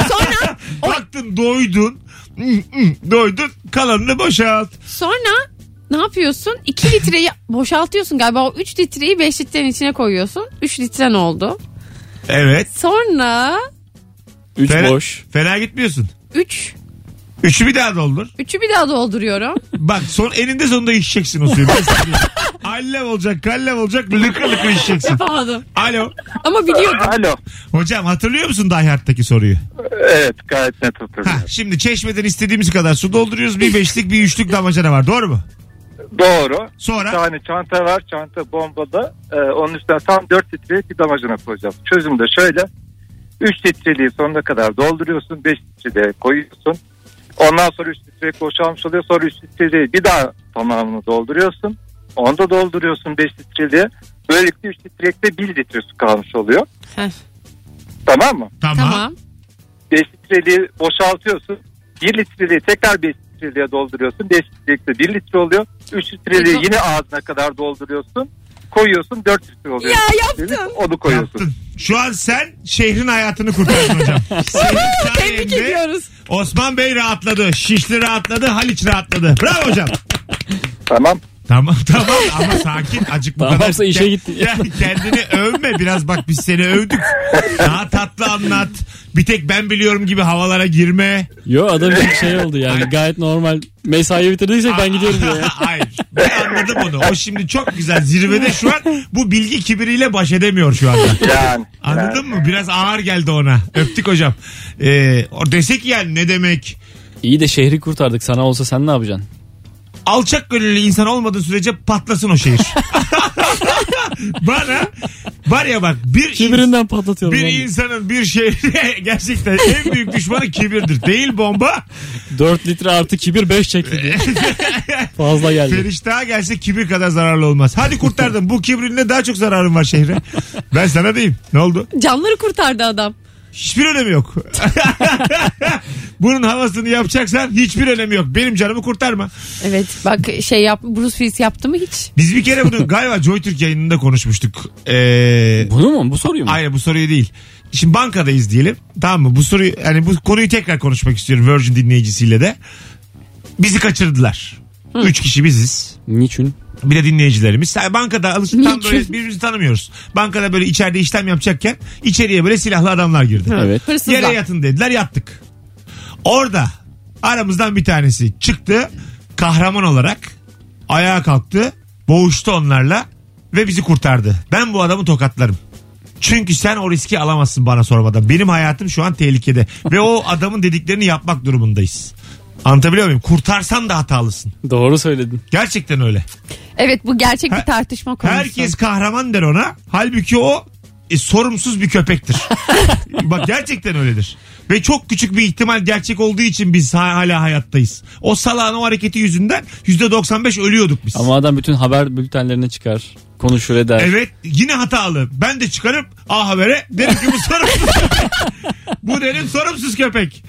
sonra Baktın doydun. doydun. Kalanını boşalt. sonra ne yapıyorsun? 2 litreyi boşaltıyorsun galiba. O 3 litreyi 5 litrenin içine koyuyorsun. 3 litren oldu. Evet. Sonra Üç Fena- boş. Fena gitmiyorsun. 3 Üçü bir daha doldur. 3'ü bir daha dolduruyorum. Bak son eninde sonunda içeceksin o suyu. Ben sana diyeyim. Allem olacak, kallem olacak, lıkır lıkır içeceksin. Yapamadım. Alo. Ama biliyordum. Alo. Hocam hatırlıyor musun Die Hard'daki soruyu? Evet gayet net hatırlıyorum. Ha, şimdi çeşmeden istediğimiz kadar su dolduruyoruz. Bir beşlik, bir üçlük damacana var. Doğru mu? Doğru. Bir Sonra tane çanta var. Çanta bombada. Ee, onun üstüne tam 4 litre bir damacana koyacağım. Çözüm de şöyle. 3 litreliği sonuna kadar dolduruyorsun. 5 litre de koyuyorsun. Ondan sonra 3 litre boşalmış oluyor. Sonra 3 litreliği bir daha tamamını dolduruyorsun. Onu da dolduruyorsun 5 litreliğe. Böylelikle 3 litrelikte 1 litre su kalmış oluyor. Heh. Tamam mı? Tamam. Tamam. 5 litreliği boşaltıyorsun. 1 litreliği tekrar 5 litreliğe dolduruyorsun. 5 litrelik de 1 litre oluyor. 3 litreliği Peki. yine ağzına kadar dolduruyorsun. Koyuyorsun 4 litre oluyor. Ya Dedik, yaptım. Onu koyuyorsun. Yaptın. Şu an sen şehrin hayatını kurtardın hocam. Senin Tebrik sayende ediyoruz. Osman Bey rahatladı. Şişli rahatladı. Haliç rahatladı. Bravo hocam. Tamam. Tamam tamam ama sakin acık bu Tamamsa kadar. işe Ke- gittin. Ya, kendini övme biraz bak biz seni övdük. Daha tatlı anlat. Bir tek ben biliyorum gibi havalara girme. Yo adam bir şey oldu yani gayet normal. Mesaiyi bitirdiysek ben gidiyorum diyor. ya. Hayır. Ben anladım onu. O şimdi çok güzel zirvede şu an bu bilgi kibiriyle baş edemiyor şu anda. Yani. Anladın mı? Biraz ağır geldi ona. Öptük hocam. Ee, o desek yani ne demek? İyi de şehri kurtardık sana olsa sen ne yapacaksın? alçak gönüllü insan olmadığı sürece patlasın o şehir. Bana var ya bak bir ins- Kibirinden patlatıyorum. bir lan. insanın bir şehre gerçekten en büyük düşmanı kibirdir. Değil bomba. 4 litre artı kibir 5 çekti diyor. Fazla geldi. Feriştaha gelse kibir kadar zararlı olmaz. Hadi kurtardın. Bu kibrinle daha çok zararın var şehre. Ben sana diyeyim. Ne oldu? Canları kurtardı adam. Hiçbir önemi yok. Bunun havasını yapacaksan hiçbir önemi yok. Benim canımı kurtarma. Evet bak şey yap Bruce Willis yaptı mı hiç? Biz bir kere bunu galiba Joy Türk yayınında konuşmuştuk. Ee, Bunu mu? Bu soruyu mu? Aynen bu soruyu değil. Şimdi bankadayız diyelim. Tamam mı? Bu soruyu yani bu konuyu tekrar konuşmak istiyorum Virgin dinleyicisiyle de. Bizi kaçırdılar. Üç kişi biziz. Niçin? Bir de dinleyicilerimiz. Yani bankada alış tam Niçin? böyle birbirimizi tanımıyoruz. Bankada böyle içeride işlem yapacakken içeriye böyle silahlı adamlar girdi. Evet. Hırsızlar. Yere yatın dediler yattık. Orada aramızdan bir tanesi çıktı. Kahraman olarak ayağa kalktı. Boğuştu onlarla ve bizi kurtardı. Ben bu adamı tokatlarım. Çünkü sen o riski alamazsın bana sormadan. Benim hayatım şu an tehlikede. ve o adamın dediklerini yapmak durumundayız. Anlatabiliyor muyum? Kurtarsan da hatalısın. Doğru söyledin. Gerçekten öyle. Evet bu gerçek Her- bir tartışma konusu. Herkes kahraman der ona. Halbuki o e, sorumsuz bir köpektir. Bak gerçekten öyledir. Ve çok küçük bir ihtimal gerçek olduğu için biz ha- hala hayattayız. O salağın o hareketi yüzünden %95 ölüyorduk biz. Ama adam bütün haber bültenlerine çıkar. Konuşur eder. Evet yine hatalı. Ben de çıkarıp A Haber'e derim ki bu sorumsuz. bu derim sorumsuz köpek.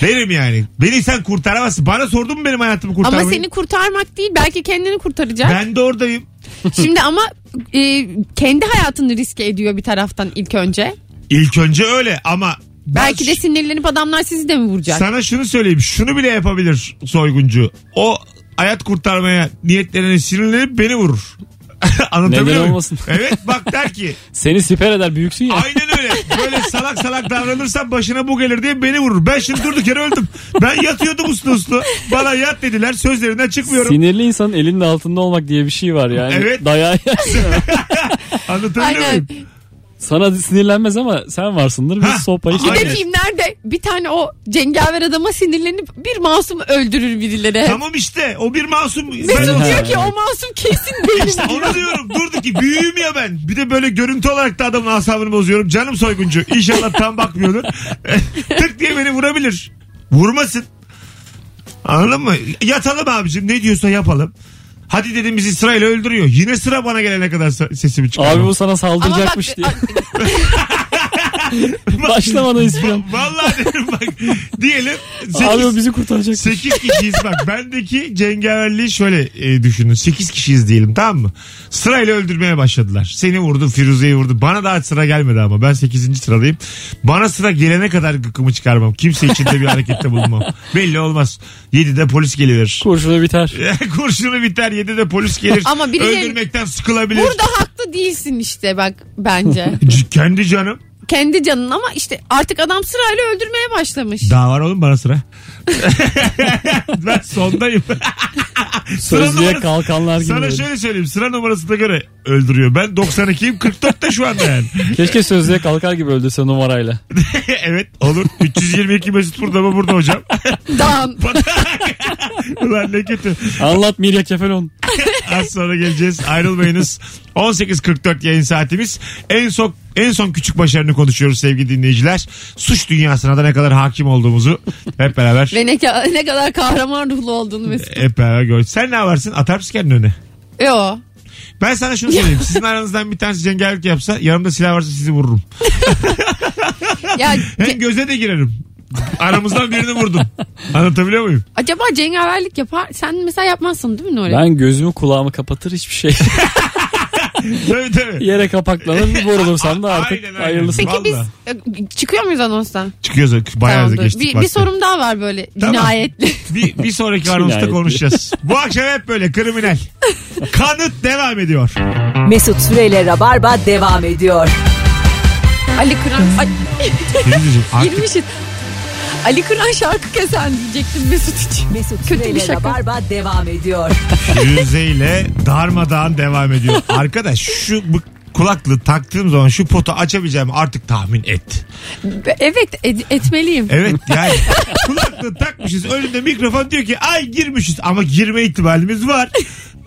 Derim yani. Beni sen kurtaramazsın. Bana sordun mu benim hayatımı Ama kurtarmayı? seni kurtarmak değil belki kendini kurtaracak. Ben de oradayım. Şimdi ama e, kendi hayatını riske ediyor bir taraftan ilk önce. İlk önce öyle ama ben Belki de sinirlenip adamlar sizi de mi vuracak? Sana şunu söyleyeyim. Şunu bile yapabilir soyguncu. O hayat kurtarmaya niyetlerine sinirlenip beni vurur. Anlatabiliyor Neden muyum? olmasın? Evet bak der ki Seni siper eder büyüksün ya. aynen öyle. Böyle salak salak davranırsan başına bu gelir diye beni vurur. Ben şimdi durduk yere öldüm. Ben yatıyordum uslu uslu. Bana yat dediler. Sözlerinden çıkmıyorum. Sinirli insanın elinin altında olmak diye bir şey var yani. Evet. Dayağı yersin. Anlatabiliyor Aynen. muyum? Sana sinirlenmez ama sen varsındır. Ha, şey- Biz sopayı Bir aynen. çekeriz. de filmlerde bir tane o cengaver adama sinirlenip bir masum öldürür birileri. Tamam işte o bir masum. Mesut Ben- diyor Ha. ki o masum kesin benim. İşte onu diyorum durduk ki büyüğüm ya ben. Bir de böyle görüntü olarak da adamın asabını bozuyorum. Canım soyguncu. İnşallah tam bakmıyordur. Tık diye beni vurabilir. Vurmasın. Anladın mı? Yatalım abicim ne diyorsa yapalım. Hadi dedim bizi sırayla öldürüyor. Yine sıra bana gelene kadar sa- sesimi Abi çıkarmam. bu sana Ama bak saldıracakmış diye. Bak- Başlamadan ispiyon. Va- Vallahi dedim bak. Diyelim Abi o 8, bizi kurtaracak. 8 kişiyiz bak. Bendeki cengaverliği şöyle e, düşünün. 8 kişiyiz diyelim tamam mı? Sırayla öldürmeye başladılar. Seni vurdu, Firuze'yi vurdu. Bana daha sıra gelmedi ama. Ben 8. sıradayım. Bana sıra gelene kadar gıkımı çıkarmam. Kimse içinde bir harekette bulunmam. Belli olmaz. 7'de polis gelir. Kurşunu biter. Kurşunu biter 7'de polis gelir. Ama birileri- Öldürmekten sıkılabilir. Burada haklı değilsin işte bak bence. C- Kendi canım. Kendi canın ama işte artık adam sırayla öldürmeye başlamış. Daha var oğlum bana sıra. ben sondayım. Sözlüğe numarası- kalkanlar gibi. Sana şey böyle. şöyle söyleyeyim sıra numarasına göre öldürüyor. Ben 92'yim 44'te şu anda yani. Keşke sözlüğe kalkar gibi öldürse numarayla. evet olur. 322 Mesut burada mı burada hocam? Dağın. Ulan ne kötü. Anlat Mirya Kefelon. Az sonra geleceğiz. Ayrılmayınız. 18.44 yayın saatimiz. En son en son küçük başarını konuşuyoruz sevgili dinleyiciler. Suç dünyasına da ne kadar hakim olduğumuzu hep beraber Ve ne, ka- ne kadar kahraman ruhlu olduğunu Mesut. hep beraber göreceğiz. Sen ne yaparsın? Atar mısın kendini öne? Yo. Ben sana şunu söyleyeyim. Sizin aranızdan bir tanesi cengaverlik yapsa yanımda silah varsa sizi vururum. Ya Hem göze de girerim. Aramızdan birini vurdum. Anlatabiliyor muyum? acaba cengaverlik yapar? Sen mesela yapmazsın değil mi Nuri? Ben gözümü kulağımı kapatır hiçbir şey. Tabii tabii. Yere kapaklanır borulursam da artık Aynen, aynen. hayırlısı. Peki biz Vallahi. e, çıkıyor muyuz anonstan? Çıkıyoruz bayağı Tamam, dur. geçtik. bir, bir vakti. sorum daha var böyle Tamam. cinayetli. Bir, bir sonraki anonsta Cinayet. konuşacağız. Bu akşam hep böyle kriminal. Kanıt devam ediyor. Mesut Süreyle Rabarba devam ediyor. Ali Kıran Ay, Filmcim artık girmişiz. Ali Kıran şarkı kesen diyecektim Mesut için. Mesut Kötü bir Süreyle şaka. Rabarba devam ediyor. Firuze ile darmadağın devam ediyor. Arkadaş şu bu kulaklığı taktığım zaman şu potu açabileceğimi artık tahmin et. Evet ed- etmeliyim. Evet yani kulaklığı takmışız önünde mikrofon diyor ki ay girmişiz ama girme ihtimalimiz var.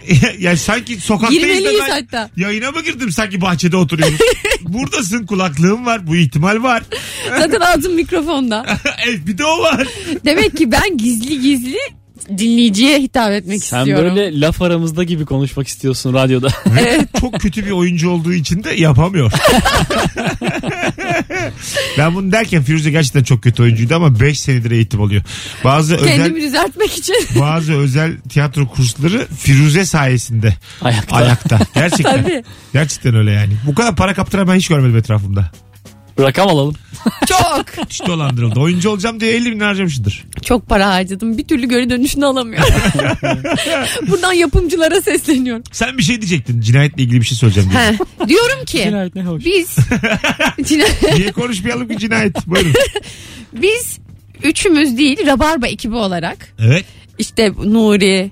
yani sanki sokaktayız da Girmeliyiz ben hatta. Yayına mı girdim sanki bahçede oturuyoruz. Buradasın kulaklığım var bu ihtimal var. Zaten ağzım mikrofonda. evet bir de o var. Demek ki ben gizli gizli dinleyiciye hitap etmek Sen istiyorum. böyle laf aramızda gibi konuşmak istiyorsun radyoda. Ve çok kötü bir oyuncu olduğu için de yapamıyor. ben bunu derken Firuze gerçekten çok kötü oyuncuydu ama 5 senedir eğitim oluyor. Bazı özel Kendimi düzeltmek için. bazı özel tiyatro kursları Firuze sayesinde Ayakta. ayakta. Gerçekten. Tabii. Gerçekten öyle yani. Bu kadar para kaptıran ben hiç görmedim etrafımda. Rakam alalım. Çok. Hiç dolandırıldı. Oyuncu olacağım diye 50 bin harcamışımdır. Çok para harcadım. Bir türlü geri dönüşünü alamıyorum. Buradan yapımcılara sesleniyorum. Sen bir şey diyecektin. Cinayetle ilgili bir şey söyleyeceğim. diye. He, diyorum ki Cinayet ne hoş. biz Cina- Niye konuşmayalım ki cinayet? Buyurun. biz üçümüz değil Rabarba ekibi olarak Evet. işte Nuri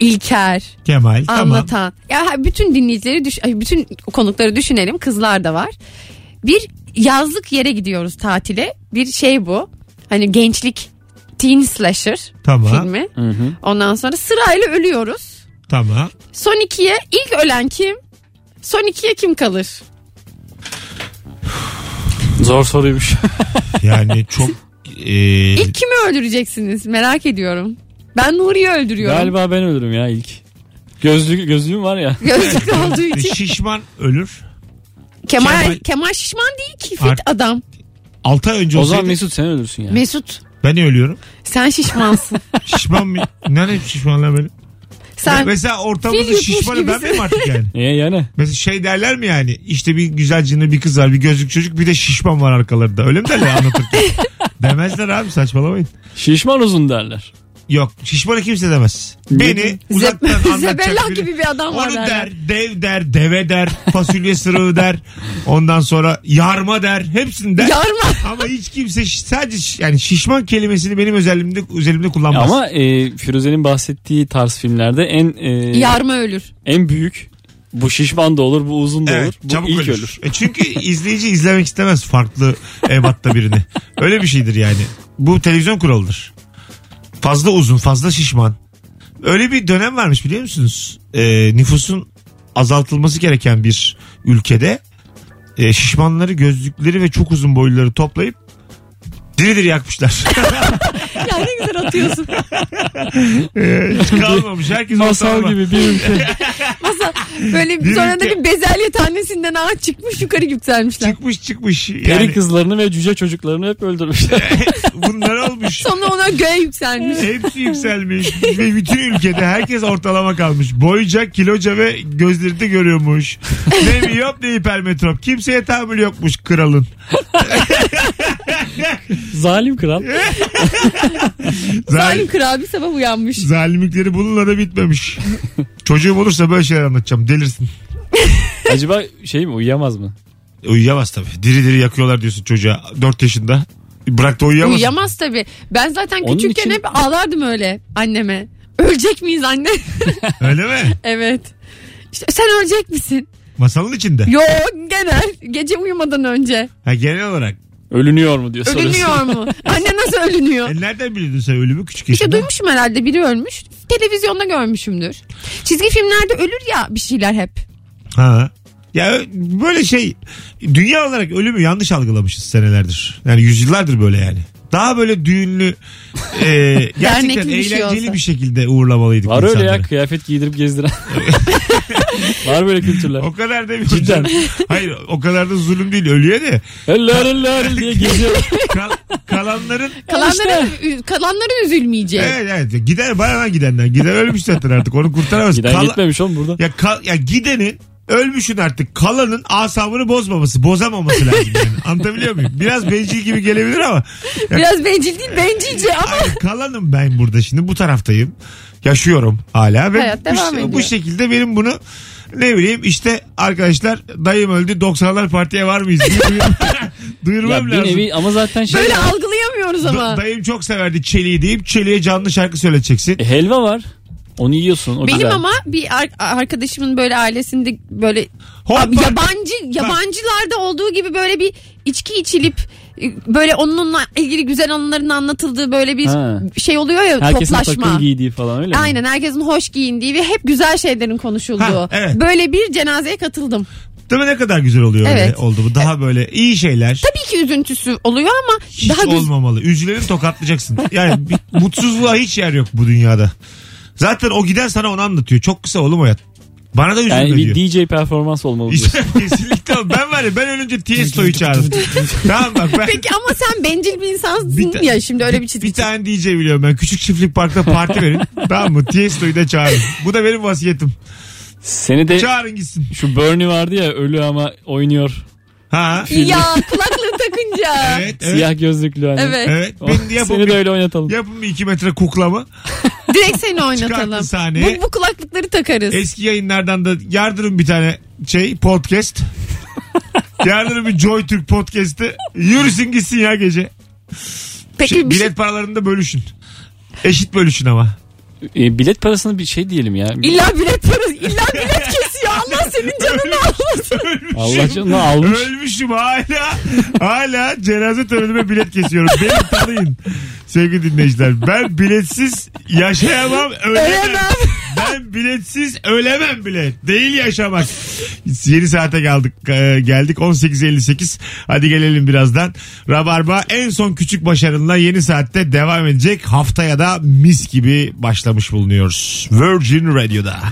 İlker Kemal. Tamam. anlatan ya bütün dinleyicileri düş ay, bütün konukları düşünelim kızlar da var. Bir yazlık yere gidiyoruz tatile. Bir şey bu. Hani gençlik teen slasher Tamam. filmi. Hı hı. Ondan sonra sırayla ölüyoruz. Tamam. Son 2'ye ilk ölen kim? Son 2'ye kim kalır? Zor soruymuş. Yani çok e, İlk kimi öldüreceksiniz? Merak ediyorum. Ben Nuri'yi öldürüyorum. Galiba ben ölürüm ya ilk. Gözlük, gözlüğüm var ya. Gözlük olduğu için. şişman ölür. Kemal, Kemal- Kemal, Şişman değil ki fit Art- adam. 6 ay önce O zaman olsaydı Mesut sen ölürsün ya. Mesut ben niye ölüyorum? sen şişmansın. Şişman mı? Nerede şişmanlar böyle? sen Mesela fil ortamda yutmuş şişmanım ben gibisin. miyim artık yani? Niye yani? Mesela şey derler mi yani işte bir güzel cinli bir kız var bir gözlük çocuk bir de şişman var arkalarında öyle mi derler anlatırken? Demezler abi saçmalamayın. Şişman uzun derler. Yok şişmanı kimse demez. Niye? Beni uzaktan Zeb- anlatacak Zebella biri- gibi bir adam var Onu derler. der, dev der, deve der, fasulye sırığı der. Ondan sonra yarma der. Hepsini der. Yarma. Ama hiç kimse şi- sadece şi- yani şişman kelimesini benim özelimde üzerimde kullanmaz. Ama e, Firuze'nin bahsettiği tarz filmlerde en e, Yarma ölür. en büyük bu şişman da olur, bu uzun da olur, Evet, bu çabuk ilk ölür. ölür. E çünkü izleyici izlemek istemez farklı ebatta birini. Öyle bir şeydir yani. Bu televizyon kuralıdır. Fazla uzun, fazla şişman. Öyle bir dönem varmış biliyor musunuz? E, nüfusun azaltılması gereken bir ülkede e, şişmanları, gözlükleri ve çok uzun boyluları toplayıp diri diri yakmışlar. Ya ne güzel atıyorsun. E, Hiç kalmamış. Herkes Masal ortalama. gibi bir ülke. Masa böyle bir sonra da bir bezelye tanesinden ağaç çıkmış yukarı yükselmişler. Çıkmış çıkmış. Peri Yani kızlarını ve cüce çocuklarını hep öldürmüşler. bunlar olmuş. Sonra ona göğe yükselmiş. Hepsi yükselmiş ve bütün ülkede herkes ortalama kalmış. Boyca, kiloca ve gözleri de görüyormuş. Ne miyop ne hipermetrop. Kimseye tahammül yokmuş kralın. Zalim kral. Zal Zalim krabi sabah uyanmış. zalimlikleri bununla da bitmemiş. Çocuğum olursa böyle şeyler anlatacağım. Delirsin. Acaba şey mi uyuyamaz mı? Uyuyamaz tabii. Diri diri yakıyorlar diyorsun çocuğa. 4 yaşında. Bırak da uyuyamaz. Uyuyamaz tabii. Ben zaten Onun küçükken için- hep ağlardım öyle anneme. Ölecek miyiz anne? Öyle mi? evet. İşte sen ölecek misin? Masalın içinde. Yo genel. Gece uyumadan önce. Ha, genel olarak. Ölünüyor mu diyor soruyorsun. Ölünüyor mu? Anne nasıl ölünüyor? E, nereden biliyordun sen ölümü küçük Bir şey yaşında? duymuşum herhalde biri ölmüş. Televizyonda görmüşümdür. Çizgi filmlerde ölür ya bir şeyler hep. Ha. Ya ö- böyle şey dünya olarak ölümü yanlış algılamışız senelerdir. Yani yüzyıllardır böyle yani. Daha böyle düğünlü e, gerçekten Dernekli bir şey eğlenceli olsa. bir şekilde uğurlamalıydık Var öyle ya insanları. kıyafet giydirip gezdiren. Var böyle kültürler. O kadar demiyorum. Cidden. Hayır o kadar da zulüm değil ölüyor de. Eller eller diye geziyor. Kal- kalanların Kalanları, kalanları üzülmeyecek. evet evet gider bayağı gidenden. Giden ölmüş zaten artık onu kurtaramaz. Giden Kala- gitmemiş oğlum burada. Ya, kal- ya gidenin ölmüşün artık kalanın asabını bozmaması bozamaması lazım yani. anlatabiliyor muyum biraz bencil gibi gelebilir ama ya Biraz bencil değil bencilce ama Hayır, kalanım ben burada şimdi bu taraftayım. Yaşıyorum hala ve Hayat bu, devam şi- ediyor. bu şekilde benim bunu ne bileyim işte arkadaşlar dayım öldü 90'lar partiye var mıyız? diye duyur- Ya Duyurmam bir lazım. nevi ama zaten şey. böyle algılayamıyoruz ama. Da- dayım çok severdi çeliği deyip çeliğe canlı şarkı söyleteceksin. E, helva var. Onu yiyorsun. O Benim güzel. ama bir ar- arkadaşımın böyle ailesinde böyle Hop Abi bak. yabancı yabancılarda olduğu gibi böyle bir içki içilip e, böyle onunla ilgili güzel anıların anlatıldığı böyle bir Ha. şey oluyor ya Herkesin toplaşma. takım giydiği falan öyle mi? Aynen herkesin hoş giyindiği ve hep güzel şeylerin konuşulduğu. Ha, evet. Böyle bir cenazeye katıldım. Değil mi ne kadar güzel oluyor öyle Evet. E, oldu bu. Daha böyle iyi şeyler. Tabii ki üzüntüsü oluyor ama Hiç daha güzel. olmamalı. Üzülerini tokatlayacaksın. Yani bir- mutsuzluğa hiç yer yok bu dünyada. Zaten o gider sana onu anlatıyor. Çok kısa oğlum hayat. Bana da üzülme Yani diyor. bir DJ performans olmalı. diyorsun. İşte kesinlikle oğlum. ben var ya ben ölünce Tiesto'yu çağırdım. tamam bak ben Peki ama sen bencil bir insansın Bir ta- ya şimdi öyle bir çizgi. bir tane DJ biliyorum ben. Küçük çiftlik parkta parti verin. tamam mı? Tiesto'yu da çağırın. Bu da benim vasiyetim. Seni de Çağırın gitsin. şu Bernie vardı ya ölü ama oynuyor. Ha. ya kulaklığı takınca. Evet. Evet. Siyah gözlüklü hani. Evet. Evet. O- Beni de yapın Seni de bir- öyle oynatalım. Yapın bir iki metre kuklamı. Direkt seni Çıkartın oynatalım. sahneye. E, Bu, bu kulaklıkları takarız. Eski yayınlardan da yardırın bir tane şey podcast. yardırın bir Joy Türk podcast'i. Yürüsün gitsin ya gece. Peki Şey, bir şey- bilet paralarını da bölüşün. Eşit bölüşün ama. E, bilet parasını bir şey diyelim ya. İlla bilet parası, illa bilet kesiyor. Allah senin canını almasın. Allah canına almış. Ölmüşüm hala. Hala cenaze törenime bilet kesiyorum. Beni tanıyın. Sevgili dinleyiciler. Ben biletsiz yaşayamam. Ölemem. Ölemem. Ben biletsiz ölemem bile. Değil yaşamak. Yeni saate geldik. Ee, geldik 18.58. Hadi gelelim birazdan. Rabarba en son küçük başarınla yeni saatte devam edecek. Haftaya da mis gibi başlamış bulunuyoruz. Virgin Radio'da.